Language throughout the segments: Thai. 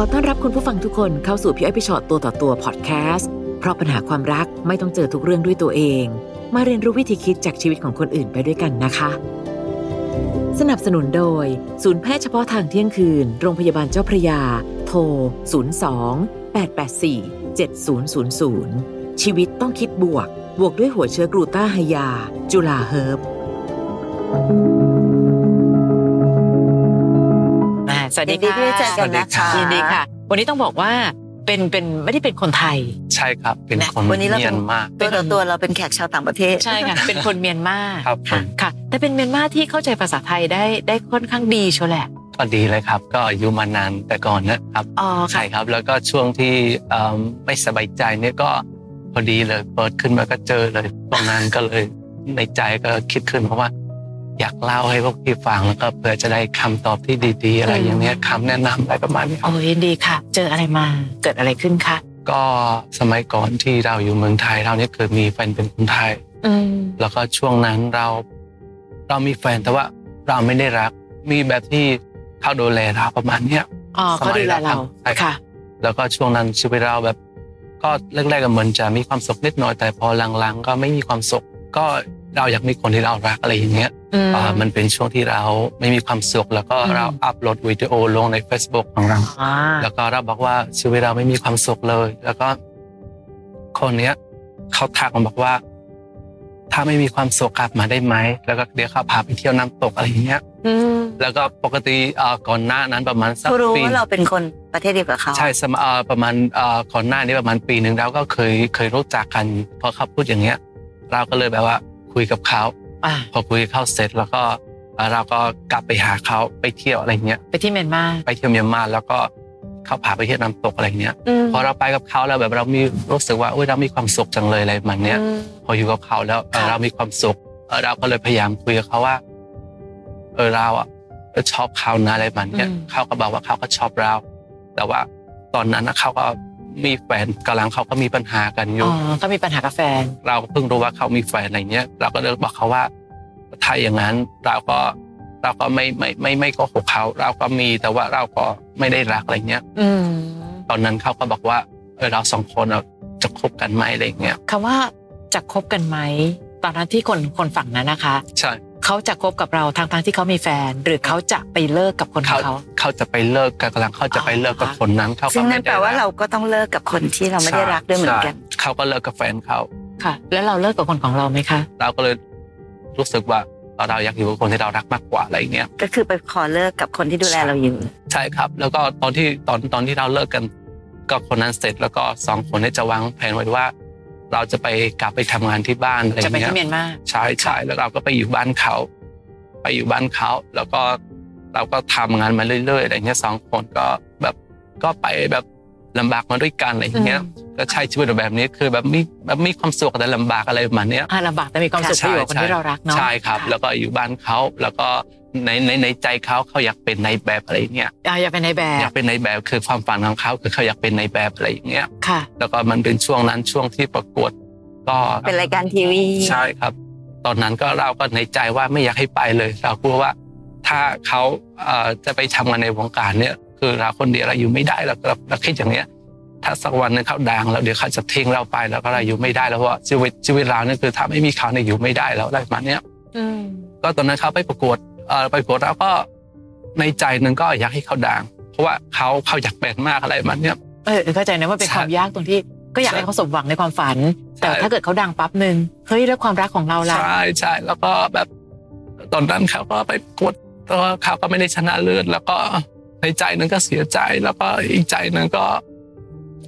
อต้อนรับคุณผู้ฟังทุกคนเข้าสู่พี่อ้อยพี่ชอตตัวต่อตัวพอดแคสต์ เพราะปัญหาความรักไม่ต้องเจอทุกเรื่องด้วยตัวเอง มาเรียนรู้วิธีคิดจากชีวิตของคนอื่นไปด้วยกันนะคะ สนับสนุนโดย ศูนย์แพทย์เฉพาะทางเที่ยงคืน โรงพยาบาลเจ้าพระยา โทร 02 884 7000 ชีวิตต้องคิดบวก บวกด้วยหัวเชื้อกลูต้าไฮยา จุลาเฮิร์บ อ่าสวัสดีค่ะ ยินดีที่ได้เจอกันนะคะ ยินดีค่ะ วันนี้ต้องบอกว่าเป็นเป็นไม่ได้เป็นคนไทย ใช่ครับ เป็น นะ คน วันนี้เราเป็ เมี น ยนมาก ตัวต่อตัวเราเป็นแขกชาวต่างประเทศ ใช่ค่ะ เป็นคนเมียนมา ครับผม ค่ะ แต่เป็นเมียนมาที่เข้าใจภาษาไทยได้ได้ค่อนข้างดีเชียวแหละ ก็ดีเลยครับ ก็อายุมานานแต่ก่อนนะครับ อ๋อ ใช่ครับ แล้วก็ช่วงที่เอิ่มไม่สบายใจเนี่ยก็พอดีเลยเปิดขึ้นมาก็เจอเลยตอนนั้นก็เลยในใจก็คิดขึ้นเพราะว่า อยากเล่าให้พวกพี่ฟังแล้วก็เผื่อจะได้คำตอบที่ดีๆ อะไรอย่างเงี้ยคำแนะนำอะไรประมาณเนี้ยค โอ้ รับ ยินดีค่ะ เจออะไรมาเกิดอะไรขึ้นคะ ก็สมัยก่อนที่เราอยู่เมืองไทยเราเนี่ยเคยมีแฟนเป็นคนไทย อืม แล้วก็ช่วงนั้นเราเรามีแฟนแต่ว่าเราไม่ได้รัก มีแบบที่เขาดูแลเราประมาณเนี้ย อ๋อเขาดูแลเรา ใช่ครับ ค่ะ แล้วก็ช่วงนั้นชีวิตเราแบบ ก็แรกๆก็เหมือนจะมีความสุขนิดหน่อยแต่พอหลังๆ ก็ไม่มีความสุข ก็เราอยากมีคนที่เรารักอะไรอย่างเงี้ย อืม อ่ามันเป็นช่วงที่เราไม่มีความสุข แล้วก็ อืม เราอัพโหลดวิดีโอลงใน Facebook ของเรา อ่า แล้วก็เราบอกว่าชีวิตเราไม่มีความสุขเลย แล้วก็ คนเนี้ยเขาทักมาบอกว่า ถ้าไม่มีความสุขกลับมาได้ไหมแล้วก็เดี๋ยวเขาพาไปเที่ยวน้ำตกอะไรอย่างเงี้ย อืม แล้วก็ปกติเอ่อก่อนหน้านั้นประมาณสัก เขารู้ ปี ว่าเราเป็นคนประเทศเดียวกับเขา ใช่สมเอ่อประมาณเอ่อก่อนหน้านี้ประมาณปีหนึ่งเราก็เคยเคยรู้จักกันพอเขาพูดอย่างเงี้ย เราก็เลยแบบว่าคุยกับเขา อ่า พอคุยกับเขาเสร็จแล้วก็เอ่อเราก็กลับไปหาเขาไปเที่ยวอะไรเงี้ย ไปที่เมียนมา ไปเที่ยวเมียนมาแล้วก็เขาพาไปเที่ยวน้ำตกอะไรเงี้ย อืม พอเราไปกับเขาแล้วแบบเรามีรู้สึกว่าเอ้ยเรามีความสุขจังเลยอะไรมันเนี้ย อืม พออยู่กับเขาแล้วเออ ค่ะ เรามีความสุขเออเราก็เลยพยายามคุยกับเขาว่าเออเราอ่ะชอบเขานะอะไรมันเนี้ยเขาก็บอกว่าเขาก็ชอบเรา แต่ว่าตอนนั้นน่ะเขาก็มีแฟนกำลังเขาก็มีปัญหากันอ อ๋ ยู่ อก็มีปัญหากับแฟน เราก็เพิ่งรู้ว่าเขามีแฟนอะไรเงี้ย เราก็เลยบอกเขาว่าถ้าอย่างนั้นเราก็เราก็ไม่ไม่ไม่ไม่โก็หกเขาเราก็มีแต่ว่าเราก็ไม่ได้รักอะไรเงี้ย อืม ตอนนั้นเขาก็บอกว่าเออเราสองคนเราจะคบกันไหมอะไรอย่างเงี้ย คำว่าจะคบกันไหมตอนนั้นที่คนคนฝั่งนั้นนะคะ ใช่ เขาจะคบกับเราทางทางๆที่เขามีแฟน หรือเขาจะไปเลิกกับคนข เขา องเขา เขาจะไปเลิกกันกำลังเขาจะไปเลิกกับคนนั้นเขาก็ ซึ่ง ไม่ นั่นแป ได้ ล รัก ว่าเราก็ต้องเลิกกับคนที่เราไม่ได้รักด้วยเหมือนกัน ใช่เขาก็เลิกกับแฟนเขา ค่ะ แล้วเราเลิกกับคนของเราไหมคะ เราก็เลยรู้สึกว่าเราอยากอยู่กับคนที่เรารักมากกว่าอะไรอย่างเงี้ย ก็คือไปขอเลิกกับคนที่ดูแลเราอยู่ ใช่ครับ แล้วก็ตอนที่ตอนตอนที่เราเลิกกัน ก็คนนั้นเสร็จแล้วก็สองคนได้จะวางแผนไว้ว่า เราจะไปกลับไปทำงานที่บ้านอะไรอ จะ ย่าง ไป เงี้ย ที่เมียนมา ใช่ใช่แล้วเราก็ไปอยู่บ้านเขา ไปอยู่บ้านเขา แล้วก็เราก็ทำงานมาเรื่อยๆอะไรเงี้ยสองคนก็แบบก็ไปแบบลำบากมาด้วยกันอะไรอย่างเงี้ย อื ก็ใช้ชีวิตแบบนี้คือแบบมีแบบมีความสุขแต่ลำบากอะไรประมาณเนี้ย อ่าลำบากแต่มีความสุข ใช่ ที่อยู่กับคน ใช่ ที่เรารักเนาะ ใช่ครับ ะ แล้วก็อยู่บ้านเขาแล้วก็ในในในใจเขาเขาอยากเป็นในายแบบอะไรอย่างเงี้ย อ่าอย่าเป็นในแบ อยา บ กเป็นในายแบบคือความฝันของเขาคือเขาอยากเป็นในายแบบอะไรอย่างเงี้ย ค่ะ แล้วก็มันเป็นช่วงนั้นช่วงที่ประกวดก็ เป็นรายการทีวี ใช่ครับ ตอนนั้นก็เราก็ในใจว่าไม่อยากให้ไปเลย เรากลัวว่าถ้าเขาเอ่อจะไปทำงานในวงการเนี่ย คือเราคนเดียวเราอยู่ไม่ได้เราเราเราคิดอย่างเนี้ย ถ้าสักวันหนึงเขาดังแล้วเดี๋ยวเขาจะทิ้งเราไปแล้วก็เราอยู่ไม่ได้แล้วเพราะว่าชีวิตชีวิตเราเนี่ยคือถ้าไม่มีเขาเนี่ยอยู่ไม่ได้แล้วอะไรประมาณเนี้ย อืม ก็ตอนนั้นเขาไปประกวดเอ่อไปประกวดแล้วก็ในใจหนึงก็อยากให้เขาดัง เพราะว่าเขาเขาอยากเป็นมากอะไรประมันเนี้ย เออเข้าใจนะว่าเป็น ใช่ ความยากตรงที่ ก็อยาก ใช่ ให้เขาสมหวังในความฝัน แต่ ใช่ ถ้าเกิดเขาดังปั๊บหนึ่งเฮ้ยแล้วความรักของเราล่ะ ใช่ใช่แล้วก็แบบตอนนั้นเขาก็ไปประกดตัวเขาก็ไม่ได้ชนะเลิศแล้วก็ในใจหนึงก็เสียใจแล้วก็อีกใจหนึงก็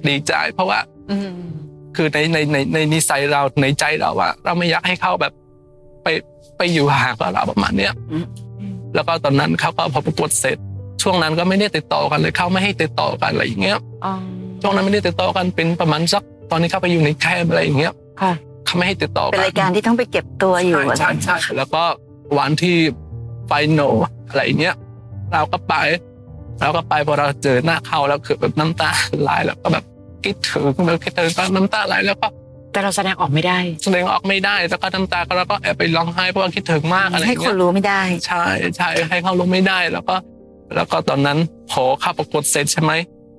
ดีใจ เพราะว่า อืม คือในในในในนิสัยเราในใจเราอะเราไม่อยากให้เขาแบบ ไปไปอยู่ห่างกับเราประมาณเนี้ยแล้วก็ตอนนั้นเขาก็พอประกวดเสร็จ ช่วงนั้นก็ไม่ได้ติดต่อกันเลยเขาไม่ให้ติดต่อกันอะไรอย่างเงี้ย อ๋อ ช่วงนั้นไม่ได้ติดต่อกันเป็นประมาณสักตอนนี้เขาไปอยู่ในแคมป์อะไรอย่างเงี้ย ค่ะ เขาไม่ให้ติดต่อกั เป็นรายการที่ต้องไปเก็บตัวอยู่ ใช่ใช่ใช่แล้วก็วันที่ไฟโนอะไรเนี้ยเราก็ไป เราก็ไปพอเราเจอหน้าเขาแล้วคือแบบน้ำตาไหลแล้วก็แบบคิดถึงแล้วคิดถึงก็น้ำตาไหลแล้วก็ แต่เราแสดงออกไม่ได้ แสดงออกไม่ได้แล้วก็น้ำตาก็เราก็แอบไปร้องไห้เพราะว่าคิดถึงมากอะไร ให้ค เงี้ น ย รู้ไม่ได้ ใช่ใช่ให้เขารู้ไม่ได้แล้วก็ แล้วก็ตอนนั้นพอเข้าประกวดเสร็จใช่ไหม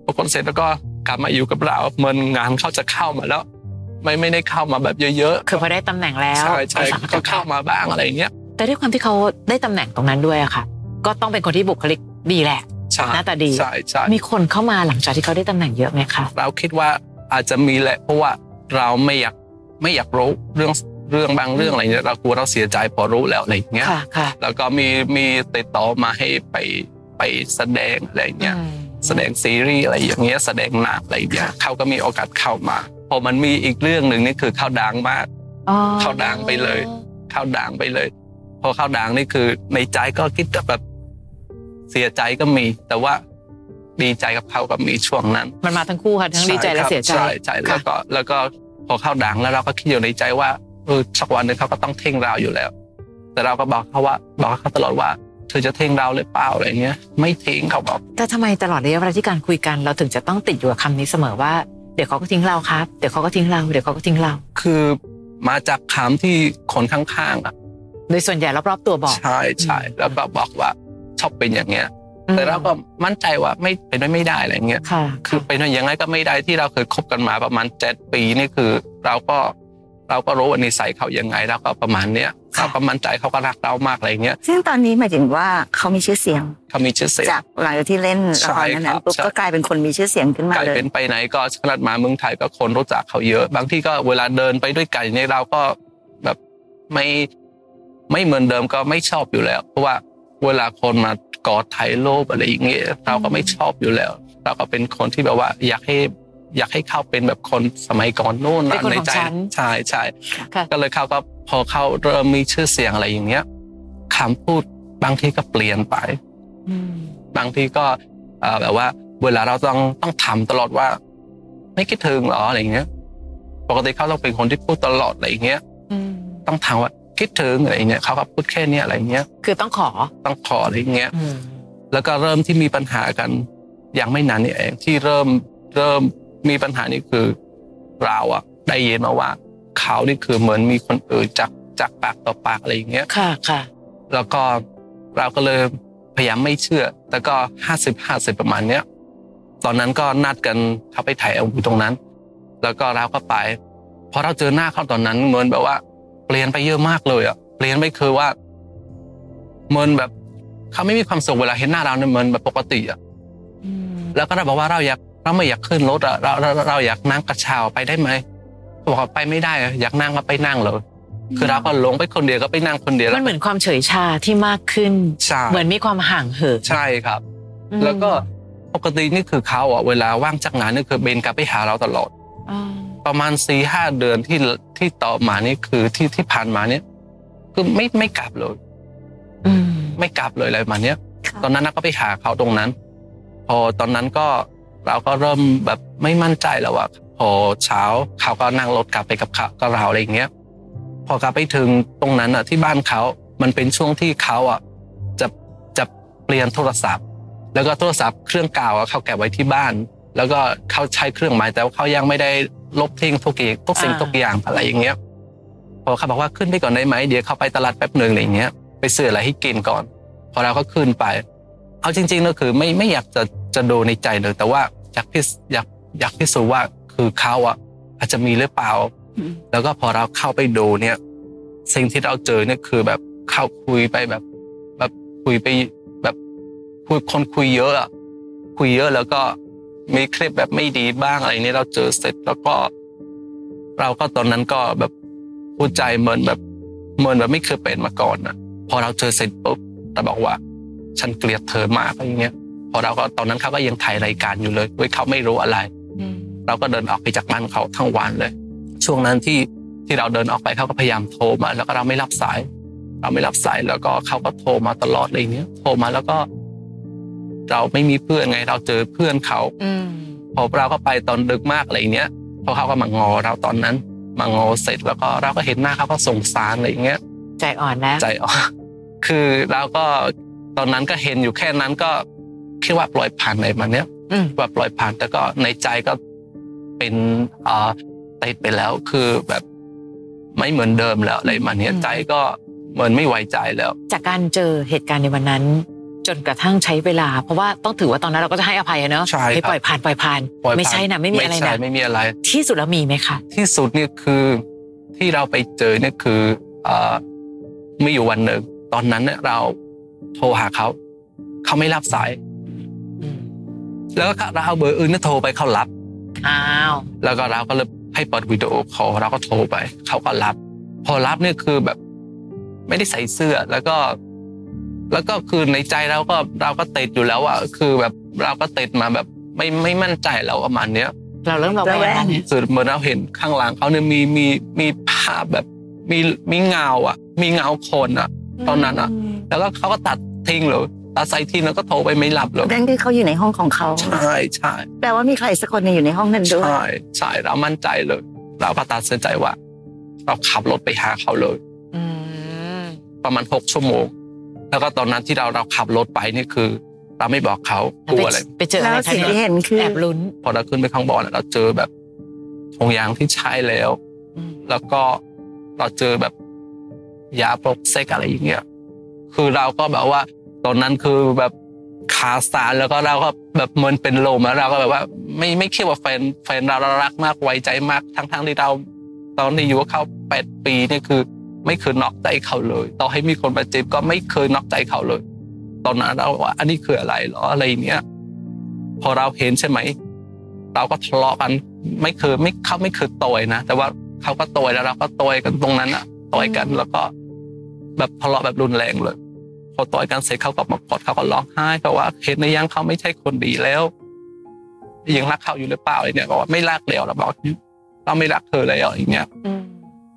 ปรากฏเสร็จแล้วก็กลับมาอยู่กับเราเหมือนงานเขาจะเข้ามาแล้ว ไม่ไม่ได้เข้ามาแบบเยอะ คือพอได้ตำแหน่งแล้ ๆ ว ใช่ใช่ สมรถ ก็เข้ามาบ้างอะไรอย่างเงี้ย แต่ด้วยความที่เขาได้ตำแหน่งตรงนั้นด้วยอะค่ะ ก็ต้องเป็นคนที่บุคลิกดีแหละ ใช่ หน้าตาดี ใช่ใช่ มีคนเข้ามาหลังจากที่เขาได้ตำแหน่งเยอะไหมคะ เราคิดว่าอาจจะมีแหละเพราะว่าเราไม่อยากไม่อยากรู้เรื่องเรื่องบางเรื่องอะไรเนี่ยเรากลัวเราเสียใจพอรู้แล้วอะไรอย่างเงี้ย ค่ะค่ะ แล้วก็มีมีติดต่อมาให้ไปไปแสดงอะไรอย่างเงี้ย อืม แสดงซีรีส์อะไรอย่างเงี้ยแสดงหนังอะไรอย่างเงี้ยเขาก็มีโอกาสเข้ามาพอมันมีอีกเรื่องหนึ่งนี่คือเข้าดังมาก อ๋อ เข้าด่างไปเลย เข้าด่างไปเลย พอเข้าด่างนี่คือในใจก็คิดแบบเสียใจก็มี แต่ว่าดีใจกับเขาก็มีช่วงนั้น มันมาทั้งคู่ค่ะทั้งดีใจและ ครับ เสียใจ ใช่ใช่แล้วก็แล้วก็พอเข้าดังแล้วเราก็คิดอยู่ในใจว่าเออสักวันหนึ่งเขาก็ต้องเท่งเราอยู่แล้ว แต่เราก็บอกเขาว่าบอกเขาตลอดว่าเธอจะเท่งเราหรือเปล่าอะไรเงี้ย ไม่ทิ้งเขาบอก แต่ทำไมตลอดระยะเวลาที่การคุยกันเราถึงจะต้องติดอยู่กับคำนี้เสมอว่าเดี๋ยวเขาก็ทิ้งเราครับ เดี๋ยวเขาก็ทิ้งเราเดี๋ยวเขาก็ทิ้งเรา คือมาจากคำที่คนข้างๆอ่ะ โดยส่วนใหญ่รอบๆตัวบอก ใช่ใช่แล้วก็บอกว่าชอบเป็นอย่างเงี้ย แต่เราก็มั่นใจว่าไม่เป็นไปไม่ได้อะไรเงี้ย ค่ะ คือเป็นอย่างไรก็ไม่ได้ที่เราเคยคบกันมาประมาณเจ็ดปีนี่คือ เราก็เราก็รู้ว่านิสัยเขายังไงแล้วก็ประมาณเนี้ยเราก็มั่นใจเขาก็รักเรามากอะไรเงี้ย ซึ่งตอนนี้หมายถึงว่าเขามีชื่อเสียง เขามีชื่อเสียง จากหลังจากที่เล่นละคร ใช่ครั นั้ บ นๆปุ๊บ ใช่ ก็กลายเป็นคนมีชื่อเสียงขึ้นมาก ลาย เลย เป็นไปไหนก็ขนาดมาเมืองไทยก็คนรู้จักเขาเยอะ บางที่ก็เวลาเดินไปด้วยกันเนี่ยเราก็แบบไม่ไม่เหมือนเดิมก็ไม่ชอบอยู่แล้ว เพราะว่าเวลาคนมากอดถ่ายรูปอะไรอย่างเงี้ยเราก็ไม่ชอบอยู่แล้ว เราก็เป็นคนที่แบบว่าอยากให้อยากให้เข้าเป็นแบบคนสมัยก่อนนู่น เป็ นะ นคน ใน ของ ใจ ฉัน ใช่ใช่ ค่ะ ก็เลยเขาก็พอเขาเริ่มมีชื่อเสียงอะไรอย่างเงี้ยคำพูดบางทีก็เปลี่ยนไป บางทีก็เอ่อแบบว่าเวลาเราต้องต้องถามตลอดว่า ไม่คิดถึงเหรออะไรอย่างเงี้ย ปกติเขาต้องเป็นคนที่พูดตลอดอะไรอย่างเงี้ย ต้องถามว่าคิดถึงอะไรอย่างเงี้ยเขาก็พูดแค่เนี้ยอะไรอย่างเงี้ย คือต้องขอ ต้องขออะไรอย่างเงี้ย อืม แล้วก็เริ่มที่มีปัญหากันอย่างไม่นานนี่เองที่เริ่มเริ่มมีปัญหานี่คือเราอะได้ยินมาว่าเขานี่คือเหมือนมีคนอื่นจากจากปากต่อปากอะไรอย่างเงี้ย ค่ะค่ะ แล้วก็เราก็เลยพยายามไม่เชื่อ แต่ก็ห้าสิบห้าสิบประมาณเนี้ย ตอนนั้นก็นัดกันเขาไปถ่ายเอาอยู่ตรงนั้น แล้วก็เราก็ไปพอเราเจอหน้าเขาตอนนั้นเหมือนแบบว่า เปลี่ยนไปเยอะมากเลยอะเปลี่ยนไปคือว่าเหมือนแบบเขาไม่มีความสุขเวลาเห็นหน้าเราเนี่ยเหมือนแบบปกติอะแล้วก็เราบอกว่าเราอยากเราไม่อยากขึ้นรถอะเราเราเราอยากนั่งกระเช้าไปได้ไหมเขาบอกว่าไปไม่ได้อะอยากนั่งก็ไปนั่งเลยคือเราก็หลงไปคนเดียวก็ไปนั่งคนเดียว มั แล้ว นเหมือนความเฉยชาที่มากขึ้น ใช่ เหมือนมีความห่างเหิน ใช่ครับ แล้วก็ปกตินี่คือเขาอ่ะเวลาว่างจากงานนี่คือเบนกลับไปหาเราตลอด อืม ประมาณสี่ห้าเดือนที่ที่ต่อมานี่คือที่ที่ผ่านมาเนี่ยคือไม่ไม่กลับเลย อืม ไม่กลับเลยอะไรประมาณเนี้ย ค่ะ ตอนนั้นนะก็ไปหาเขาตรงนั้น พอตอนนั้นก็เราก็เริ่มแบบไม่มั่นใจแล้วว่าพอเช้าเขาก็นั่งรถกลับไปกับเขากับเราอะไรอย่างเงี้ย พอกลับไปถึงตรงนั้นอ่ะที่บ้านเขา มันเป็นช่วงที่เขาอ่ะจะจะเปลี่ยนโทรศัพท์ แล้วก็โทรศัพท์เครื่องเก่าอ่ะเขาเก็บไว้ที่บ้าน แล้วก็เขาใช้เครื่องใหม่แต่ว่าเขายังไม่ได้ลบทิ้งทุกอย่างทุกสิ่งทุกอย่างอะไรอย่างเงี้ย พอเขาบอกว่าขึ้นไปก่อนได้ไหมเดี๋ยวเขาไปตลาดแป๊บหนึ่งอะไรอย่างเงี้ยไปซื้ออะไรให้กินก่อน พอเราก็ขึ้นไป เอาจริงๆก็คือไม่ไม่อยากจะจะดูในใจเลยแต่ว่าอยากพิสอยากอยากพิสูจน์ว่าคือเขาอะอาจจะมีหรือเปล่า อืม แล้วก็พอเราเข้าไปดูเนี่ย สิ่งที่เราเจอเนี่ยคือแบบเข้าคุยไปแบบ แบบคุยไปแบบคุยคนคุยเยอะอะคุยเยอะแล้วก็มีคลิปแบบไม่ดีบ้างอะไรเนี่ยเราเจอเสร็จแล้วก็ เราก็ตอนนั้นก็แบบพูดใจเหมือนแบบเหมือนแบบไม่เคยเป็นมาก่อนนะพอเราเจอเสร็จปุ๊บแต่บอกว่า ฉันเกลียดเธอมากอะไรอย่างเงี้ย พอเราก็ตอนนั้นเขาก็ยังถ่ายรายการอยู่เลยเว้ยเขาไม่รู้อะไร อืม เราก็เดินออกไปจากบ้านเขาทั้งวันเลย ช่วงนั้นที่ที่เราเดินออกไปเขาก็พยายามโทรมา แล้วก็เราไม่รับสาย เราไม่รับสายแล้วก็เขาก็โทรมาตลอดอะไรอย่างเงี้ยโทรมาแล้วก็ เราไม่มีเพื่อนไง เราเจอเพื่อนเขา อืม พอเราก็ไปตอนดึกมากอะไรอย่างเงี้ยพอเขาก็มางอเราตอนนั้น มางอเสร็จแล้วก็เราก็เห็นหน้าเขาก็สงสารอะไรอย่างเงี้ย ใจอ่อนแล้ว ใจ ออกคือเราก็ตอนนั้นก็เห็นอยู่แค่นั้นก็คิดว่าปล่อยผ่านอะไรมาเนี้ย อืม ว่าปล่อยผ่านแต่ก็ในใจก็เป็นเอ่อติดไปแล้วคือแบบไม่เหมือนเดิมแล้วอะไรมาเนี้ยใจก็เหมือนไม่ไว้ใจแล้ว จากการเจอเหตุการณ์ในวันนั้น จนกระทั่งใช้เวลา เพราะว่าต้องถือว่าตอนนั้นเราก็จะให้อภัยอะเนอะ ใช่ครับ ให้ปล่อยผ่านปล่อยผ่าน ปล่อยผ่า ไม่ใช่นะไม่มีอะไร ใช่ นะ ไม่มีอะไร ที่สุดแล้วมีไหมคะ ที่สุดเนี่ยคือที่เราไปเจอเนี่ยคือเอ่อมีอยู่วันหนึ่งตอนนั้นเนี่ยเราโทรหาเขาเขาไม่รับสาย อืม แล้วก็เราเอาเบอร์อื่นเนี่ยโทรไปเขารับ อ้าว แล้วก็เราก็เลยให้เปิดวิดีโอคอลเราก็โทรไปเขาก็รับ พอรับเนี่ยคือแบบ ไม่ได้ใส่เสื้อแล้วก็ แล้วก็คือในใจเราก็เราก็ติดอยู่แล้วอะคือแบบเราก็ติดมาแบบไม่ไม่มั่นใจแล้วประมาณเนี้ย เราเริ่มเราแว ระแว ง ง สุดเหมือนเราเห็นข้างหลังเขาเนี่ยมีมีมีภาพแบบมีมีเงาอ่ะ มีเงาคนอ่ะ ตอนนั้นอ่ะ แล้วก็เขาก็ตัดทิ้งเลยตัดสายทิ้งแล้วก็โทรไปไม่รับเลย นั่นคือเขาอยู่ในห้องของเขา ใช่ใช่ แปลว่ามีใครสักคนหนึ่งอยู่ในห้องนั้นด้วย ใช่ใช่เรามั่นใจเลย เราก็ตัดสินใจว่า เราขับรถไปหาเขาเลย อืม ประมาณหกชั่วโมง แล้วก็ตอนนั้นที่เราเราขับรถไปนี่คือ เราไม่บอกเขากลัวอะไร ไปเจออะ แล้ ไร ว คะ สิ่ง เนี่ ที่ ย เห็นคือ แอบลุ้น พอเราขึ้นไปข้างบนอะเราเจอแบบทงยางที่ใช้แล้ว อืม แล้วก็เราเจอแบบยาปลอกเซ็กอะไรอย่างเงี้ย คือเราก็แบบว่า ตอนนั้นคือแบบขาสานแล้วก็เราก็แบบเหมันเป็นลมแล้วเราก็แบบว่า ไม่ไม่คิดว่าแฟนแฟนเราเรารักมากไว้ใจมากทั้งทั้งที่เรา ตอนที่อยู่กับเขาแปดปีเนี่ยคือ ไม่เคยนอกใจเขาเลย ต่อให้มีคนมาจีบก็ไม่เคยนอกใจเขาเลย ตอนนั้นเราว่า อันนี้คืออะไรเหรออะไรอย่างเนี้ย พอเราเห็นใช่ไหม เราก็ทะเลาะกันไม่เคยไม่เขาไม่เคยต่อยนะแต่ว่าเขาก็ต่อยแล้วเราก็ต่อยกันตรงนั้นอะต่อยกันแล้วก็ แบบทะเลาะแบบรุนแรงเลย พอต่อยกันเสร็จเขาก็มากอดเขาก็ร้องไห้เขาว่าเห็นในยังเขาไม่ใช่คนดีแล้วยังรักเขาอยู่หรือเปล่าอะไรเนี่ยบอกว่าไม่รักแล้วเราบอกเราไม่รักเธอแล้วอย่างเงี้ย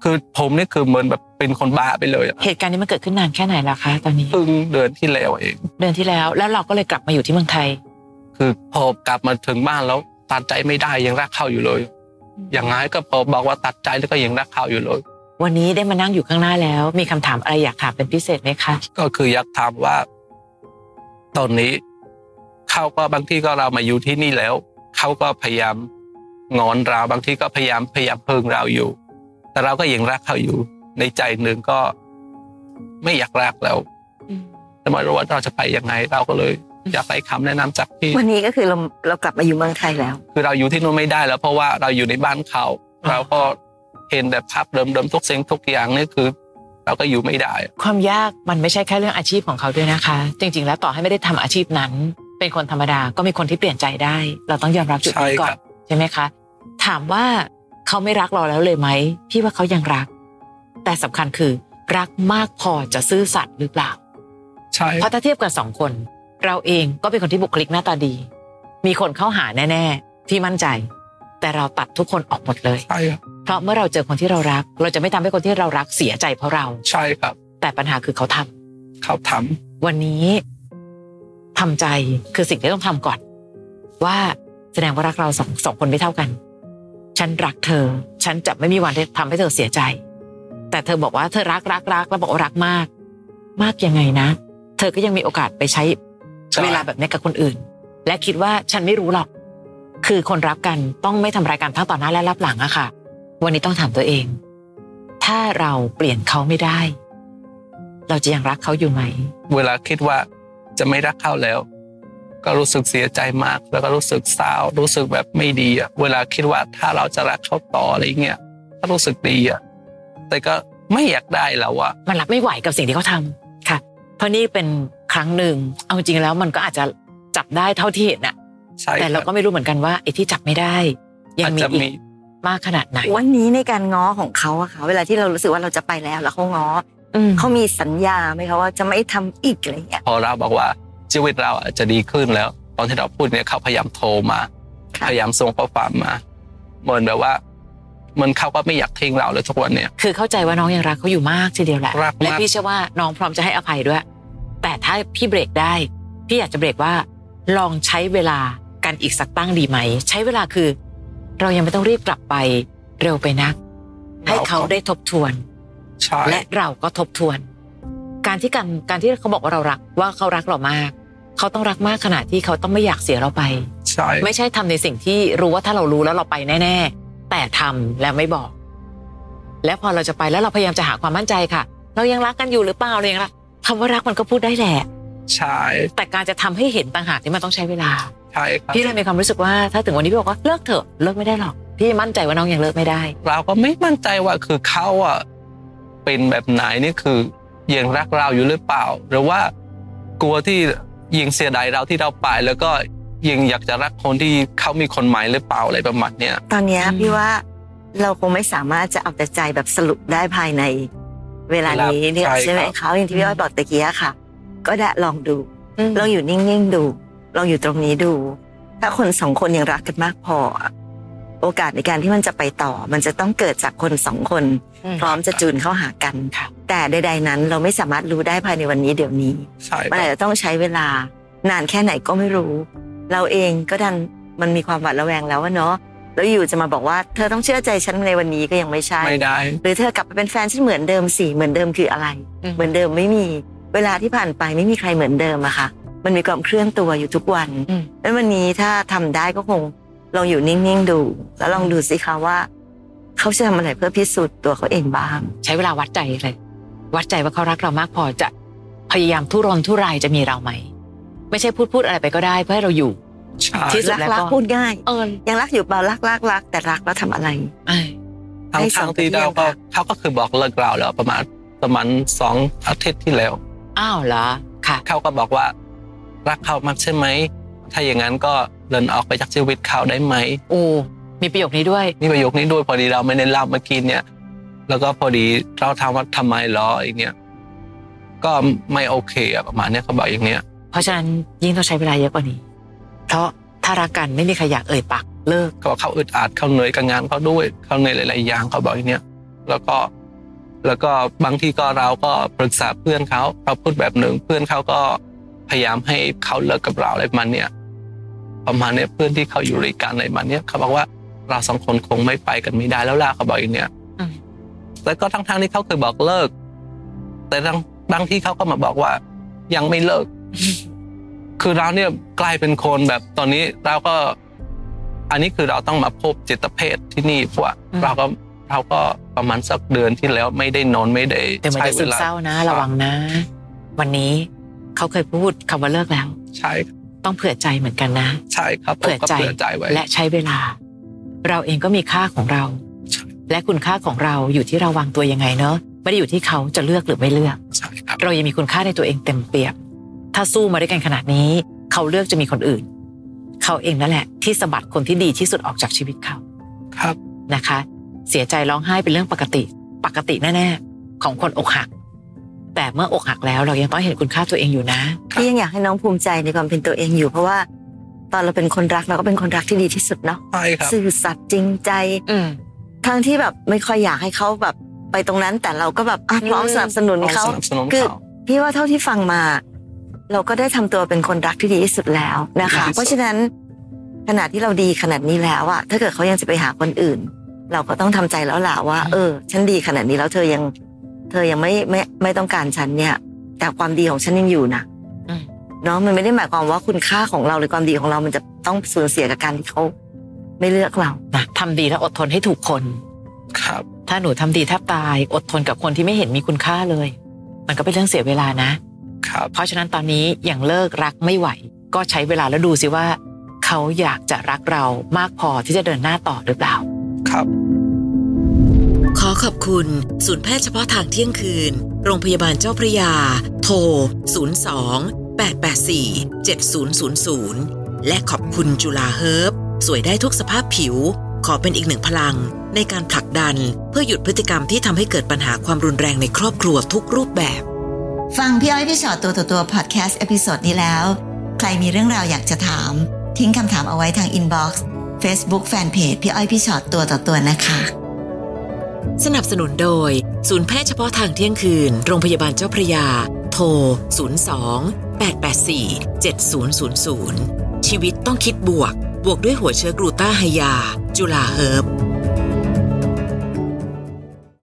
คือผมนี่คือเหมือนแบบเป็นคนบ้าไปเลยอะ เหตุการณ์นี้มันเกิดขึ้นนานแค่ไหนล่ะคะ ตอนนี้ เพิ่งเดือนที่แล้วเอง เดือนที่แล้วแล้วเราก็เลยกลับมาอยู่ที่เมืองไทย คือพอกลับมาถึงบ้านแล้วตัดใจไม่ได้ยังรักเขาอยู่เลย อย่างไงก็พอบอกว่าตัดใจแล้วก็ยังรักเขาอยู่เลย วันนี้ได้มานั่งอยู่ข้างหน้าแล้ว มีคำถามอะไรอยากถามเป็นพิเศษไหมคะ ก็คืออยากถามว่า ตอนนี้เขาก็บางที่ก็เรามาอยู่ที่นี่แล้วเขาก็พยายามงอนเราบางที่ก็พยายามพยายามเพิงเราอยู่ แต่เราก็ยังรักเขาอยู่ ในใจหนึ่งก็ ไม่อยากรักแล้วแต่ไม่รู้ว่าเราจะไปยังไง เราก็เลย อยากได้คำแนะนำจากพี่ วันนี้ก็คือเราเรากลับมาอยู่เมืองไทยแล้ว คือเราอยู่ที่นู่นไม่ได้แล้ว เพราะว่าเราอยู่ในบ้านเขา อ่า เราก็เห็นแต่ภาพเดิมๆทุกสิ่งทุกอย่างนี่คือ เราก็อยู่ไม่ได้ ความยากมันไม่ใช่แค่เรื่องอาชีพของเขาด้วยนะคะ จริง ๆ แล้วต่อให้ไม่ได้ทำอาชีพนั้น เป็นคนธรรมดาก็มีคนที่เปลี่ยนใจได้ เราต้องยอมรับจุดนี้ก่อน ใช่ไหมคะ ถามว่าเขาไม่รักเราแล้วเลยไหมพี่ว่าเขายังรัก แต่สำคัญคือ รักมากพอจะซื่อสัตย์หรือเปล่า ใช่ เพราะถ้าเทียบกันสองคน เราเองก็เป็นคนที่บุคลิกหน้าตาดี มีคนเข้าหาแน่ๆ ที่มั่นใจ แต่เราตัดทุกคนออกหมดเลย ใช่ครับ เพราะเมื่อเราเจอคนที่เรารัก เราจะไม่ทำให้คนที่เรารักเสียใจเพราะเรา ใช่ครับ แต่ปัญหาคือเขาทำ เขาทำ วันนี้ทำใจคือสิ่งที่ต้องทำก่อน ว่าแสดงว่ารักเราสองสองคนไม่เท่ากัน ฉันรักเธอ ฉันจะไม่มีวันที่ทำให้เธอเสียใจ แต่เธอบอกว่าเธอรักรักรักแล้วบอกว่ารักมาก มากยังไงนะ เธอก็ยังมีโอกาสไปใช้ ใช่ เวลาแบบนี้กับคนอื่น และคิดว่าฉันไม่รู้หรอก คือคนรักกันต้องไม่ทำร้ายกันทั้งต่อหน้าและรับหลังอะค่ะ วันนี้ต้องถามตัวเอง ถ้าเราเปลี่ยนเขาไม่ได้ เราจะยังรักเขาอยู่ไหม เวลาคิดว่าจะไม่รักเขาแล้ว ก็รู้สึกเสียใจมาก แล้วก็รู้สึกเศร้ารู้สึกแบบไม่ดีอ่ะเวลาคิดว่าถ้าเราจะรักเขาต่ออะไรเงี้ยก็รู้สึกดีอ่ะแต่ก็ไม่อยากได้แล้วอ่ะ มันรับไม่ไหวกับสิ่งที่เขาทำค่ะ เพราะนี่เป็นครั้งหนึ่ง เอาจริงๆแล้วมันก็อาจจะจับได้เท่าที่เห็นน่ะ ใช่คบ แต่เราก็ไม่รู้เหมือนกันว่าไอ้ที่จับไม่ได้ ยั อาจ งมี จะ อี มี กมากขนาดไหน วันนี้ในการง้อของเขาอะค่ะ เวลาที่เรารู้สึกว่าเราจะไปแล้วแล้วเขาง้อ อืม เขามีสัญญาไหมคะว่าจะไม่ทำอีกอะไรเงี้ย พอเราบอกว่าชีวิตเราอาจจะดีขึ้นแล้ว ตอนที่เราพูดเนี่ยเขาพยายามโทรมา ค่ะ พยายามส่งข้อความมาเหมือนแบบว่าเหมือนเขาก็ไม่อยากทิ้งเราเลยทุกวันเนี่ย คือเข้าใจว่าน้องยังรักเขาอยู่มากทีเดียวแหละ รักมาก และพี่เชื่อว่าน้องพร้อมจะให้อภัยด้วย แต่ถ้าพี่เบรกได้ พี่อยากจะเบรกว่า ลองใช้เวลากันอีกสักตั้งดีไหม ใช้เวลาคือ เรายังไม่ต้องรีบกลับไปเร็วไปนัก ให้เขาได้ทบทวน ใช่ และเราก็ทบทวน การที่การการที่เขาบอกว่าเรารักว่าเขารักเรามาก เขาต้องรักมากขนาดที่เขาต้องไม่อยากเสียเราไป ใช่ ไม่ใช่ทำในสิ่งที่รู้ว่าถ้าเรารู้แล้วเราไปแน่ ๆ แต่ทำแล้วไม่บอก และพอเราจะไปแล้วเราพยายามจะหาความมั่นใจค่ะ เรายังรักกันอยู่หรือเปล่าเรายังรักคำว่ารักมันก็พูดได้แหละ ใช่ แต่การจะทำให้เห็นต่างหากที่มันต้องใช้เวลา ใช่ครับ พี่เลยมีความรู้สึกว่าถ้าถึงวันนี้พี่บอกว่าเลิกเถอะเลิกไม่ได้หรอก พี่มั่นใจว่าน้องยังเลิกไม่ได้ เราก็ไม่มั่นใจว่าคือเขาอ่ะเป็นแบบไหนนี่คือยังรักเราอยู่หรือเปล่า หรือว่ากลัวที่ยิงเสียดายเราที่เราไปแล้วก็ยังอยากจะรักคนที่เขามีคนใหม่หรือเปล่าอะไรประมาณเนี้ย ตอนเนี้ย อืม พี่ว่าเราคงไม่สามารถจะเอาแต่ใจแบบสรุปได้ภายใน เวลานี้ เวลา เนี่ย ใช่ ใช่ไหม ครับ เขาอย่างที่พี่อ้อยบอกตะกี้อะค่ะ ก็ได้ลองดู อืม ลองอยู่นิ่งๆดู ลองอยู่ตรงนี้ดู ถ้าคนสองคนยังรักกันมากพอ โอกาสในการที่มันจะไปต่อ มันจะต้องเกิดจากคนสองคน อืม พร้อมจะจูนเข้าหากัน ค่ะ แต่ใด ๆ นั้นเราไม่สามารถรู้ได้ภายในวันนี้เดี๋ยวนี้ ใช่ค มัน รั อาจ บ จะต้องใช้เวลานานแค่ไหนก็ไม่รู้ เราเองก็ดันมันมีความหวาดระแวงแล้วอะเนาะแล้วอยู่จะมาบอกว่าเธอต้องเชื่อใจฉันในวันนี้ก็ยังไม่ใช่ ไม่ได้ หรือเธอกลับไปเป็นแฟนฉันเหมือนเดิมสิเหมือนเดิมคืออะไร อืม เหมือนเดิมไม่มีเวลาที่ผ่านไปไม่มีใครเหมือนเดิมอะค่ะ มันมีความเคลื่อนตัวอยู่ทุกวัน อืม แล้ววันนี้ถ้าทำได้ก็คงลองอยู่นิ่งๆดู แล้วลองดูสิคะว่า เขาจะทำอะไรเพื่อพิสูจน์ตัวเขาเองบ้าง ใช้เวลาวัดใจเลย วัดใจว่าเขารักเรามากพอจะพยายามทุรนทุรายจะมีเราไหม ไม่ใช่พูดพูดอะไรไปก็ได้เพื่อให้เราอยู่ ใช่ ที่สุด รัก แล้วก็ รักพูดง่าย เออ ยังรักอยู่เปล่ารักรักรักแต่รักแล้วทำอะไร ไอ้ ทั้ง ให้ส ทั้ อง ง ที่ ที่ เรา ยัง ก็ ค่ะ เขาก็คือบอกเลิกเราแล้วประมาณประมาณสองอาทิตย์ที่แล้ว อ้าวเหรอค่ะ เขาก็บอกว่ารักเขามากใช่ไหม ถ้าอย่างนั้นก็เดินออกไปจากชีวิตเขาได้ไหม โอ้มีประโยคนี้ด้วย นี่ประโยคนี้ด้วยพอดีเราไม่ได้เล่าเมื่อกี้เนี่ย แล้วก็พอดีเราถามว่าทำไมเหรออย่างเงี้ย ก็ไม่โอเคอะประมาณเนี้ยเขาบอกอย่างเนี้ย เพราะฉะนั้นยิ่งต้องใช้เวลาเยอะกว่านี้ เพราะถ้ารักกันไม่มีใครอยากเอ่ยปากเลิก เขาบอกเขาอึดอัดเขาเหนื่อยกับงานเขาด้วยเขาเหนื่อยหลายๆอย่างเขาบอกอย่างเนี้ยแล้วก็แล้วก็บางทีก็เราก็ปรึกษาเพื่อนเขาเราพูดแบบหนึ่งเพื่อนเขาก็พยายามให้เขาเลิกกับเราอะไรประมาณเนี้ยประมาณเนี้ยเพื่อนที่เขาอยู่ด้วยกันอะไรประมาณเนี้ยเขาบอกว่าเราสองคนคงไม่ไปกันไม่ได้แล้วล่ะเขาบอกอย่างเนี้ย อืม แล้วก็ทั้งๆที่เขาเคยบอกเลิก แต่ทั้งบางที่เขาก็มาบอกว่ายังไม่ เลิก คือเราเนี่ยกลายเป็นคนแบบตอนนี้เราก็ อันนี้คือเราต้องมาพบจิตแพทย์ที่นี่เพราะว่า อืม เราก็เราก็ประมาณสักเดือนที่แล้วไม่ได้นอนไม่ได้ เดี๋ยวมัน ใช้ จะ เว ซึม ลา เศร้านะ ระวังนะ วันนี้เขาเคยพูดคำว่าเลิกแล้ว ใช่ ต้องเผื่อใจเหมือนกันนะ ใช่ครับผมก็ เผื่ เผื่ อ อ ใจ ใจไว้ และใช้เวลา เราเองก็มีค่าของเรา ใช่ และคุณค่าของเราอยู่ที่เราวางตัวยังไงเนอะไม่ได้อยู่ที่เขาจะเลือกหรือไม่เลือก ใช่ครับ เรายังมีคุณค่าในตัวเองเต็มเปี่ยมถ้าสู้มาด้วยกันขนาดนี้ เขาเลือกจะมีคนอื่น เขาเองนั่นแหละ ที่สะบัดคนที่ดีที่สุดออกจากชีวิตเขา ครับ นะคะ เสียใจร้องไห้เป็นเรื่องปกติ ปกติแน่ๆของคนอกหัก แต่เมื่ออกหักแล้วเรายังต้องเห็นคุณค่าตัวเองอยู่นะ พี่ยังอยากให้น้องภูมิใจในความเป็นตัวเองอยู่เพราะว่า ตอนเราเป็นคนรักเราก็เป็นคนรักที่ดีที่สุดเนาะ ใช่ครับ สื่อสัตย์จริงใจ อืม ทั้งที่แบบไม่ค่อยอยากให้เขาแบบไปตรงนั้น แต่เราก็แบบอ่ะพร้อม อืม สนับสนุน ต้อง เขา สนับสนุน คือ เขา พี่ว่าเท่าที่ฟังมา เราก็ได้ทำตัวเป็นคนรักที่ดีที่สุดแล้วนะคะ ดีที่สุด เพราะฉะนั้นขนาดที่เราดีขนาดนี้แล้วอะถ้าเกิดเขายังจะไปหาคนอื่น เราก็ต้องทำใจแล้วล่ะว่า เออ ฉันดีขนาดนี้แล้วเธอยัง เธอยังไม่ไม่ไม่ต้องการฉันเนี่ย แต่ความดีของฉันยังอยู่นะ อืม เนาะมันไม่ได้หมายความว่าคุณค่าของเราหรือความดีของเรามันจะต้องสูญเสียกับการที่เขาไม่เลือกเรา นะทำดีและอดทนให้ถูกคน ครับ ถ้าหนูทำดีแทบตาย อดทนกับคนที่ไม่เห็นมีคุณค่าเลย มันก็เป็นเรื่องเสียเวลานะ ครับ เพราะฉะนั้นตอนนี้อย่างเลิกรักไม่ไหว ก็ใช้เวลาแล้วดูสิว่า เขาอยากจะรักเรามากพอที่จะเดินหน้าต่อหรือเปล่า ครับ ขอขอบคุณ ศูนย์แพทย์เฉพาะทางเที่ยงคืน โรงพยาบาลเจ้าพระยา โทร 02 884 7000 และขอบคุณจุฬาเฮิร์บสวยได้ทุกสภาพผิว ขอเป็นอีกหนึ่งพลัง ในการผลักดัน เพื่อหยุดพฤติกรรมที่ทำให้เกิดปัญหาความรุนแรงในครอบครัวทุกรูปแบบ ฟังพี่อ้อยพี่ชอตตัวต่อตัวพอดแคสต์เอพิโซดนี้แล้ว ใครมีเรื่องราวอยากจะถาม ทิ้งคำถามเอาไว้ทางอินบ็อกซ์เฟซบุ๊กแฟนเพจพี่อ้อยพี่ชอตตัวต่อตัวนะคะ สนับสนุนโดย ศูนย์แพทย์เฉพาะทางเที่ยงคืน โรงพยาบาลเจ้าพระยา โทร 02 884 7000 ชีวิตต้องคิดบวก บวกด้วยหัวเชื้อกลูต้าไฮยา จุฬาเฮิร์บ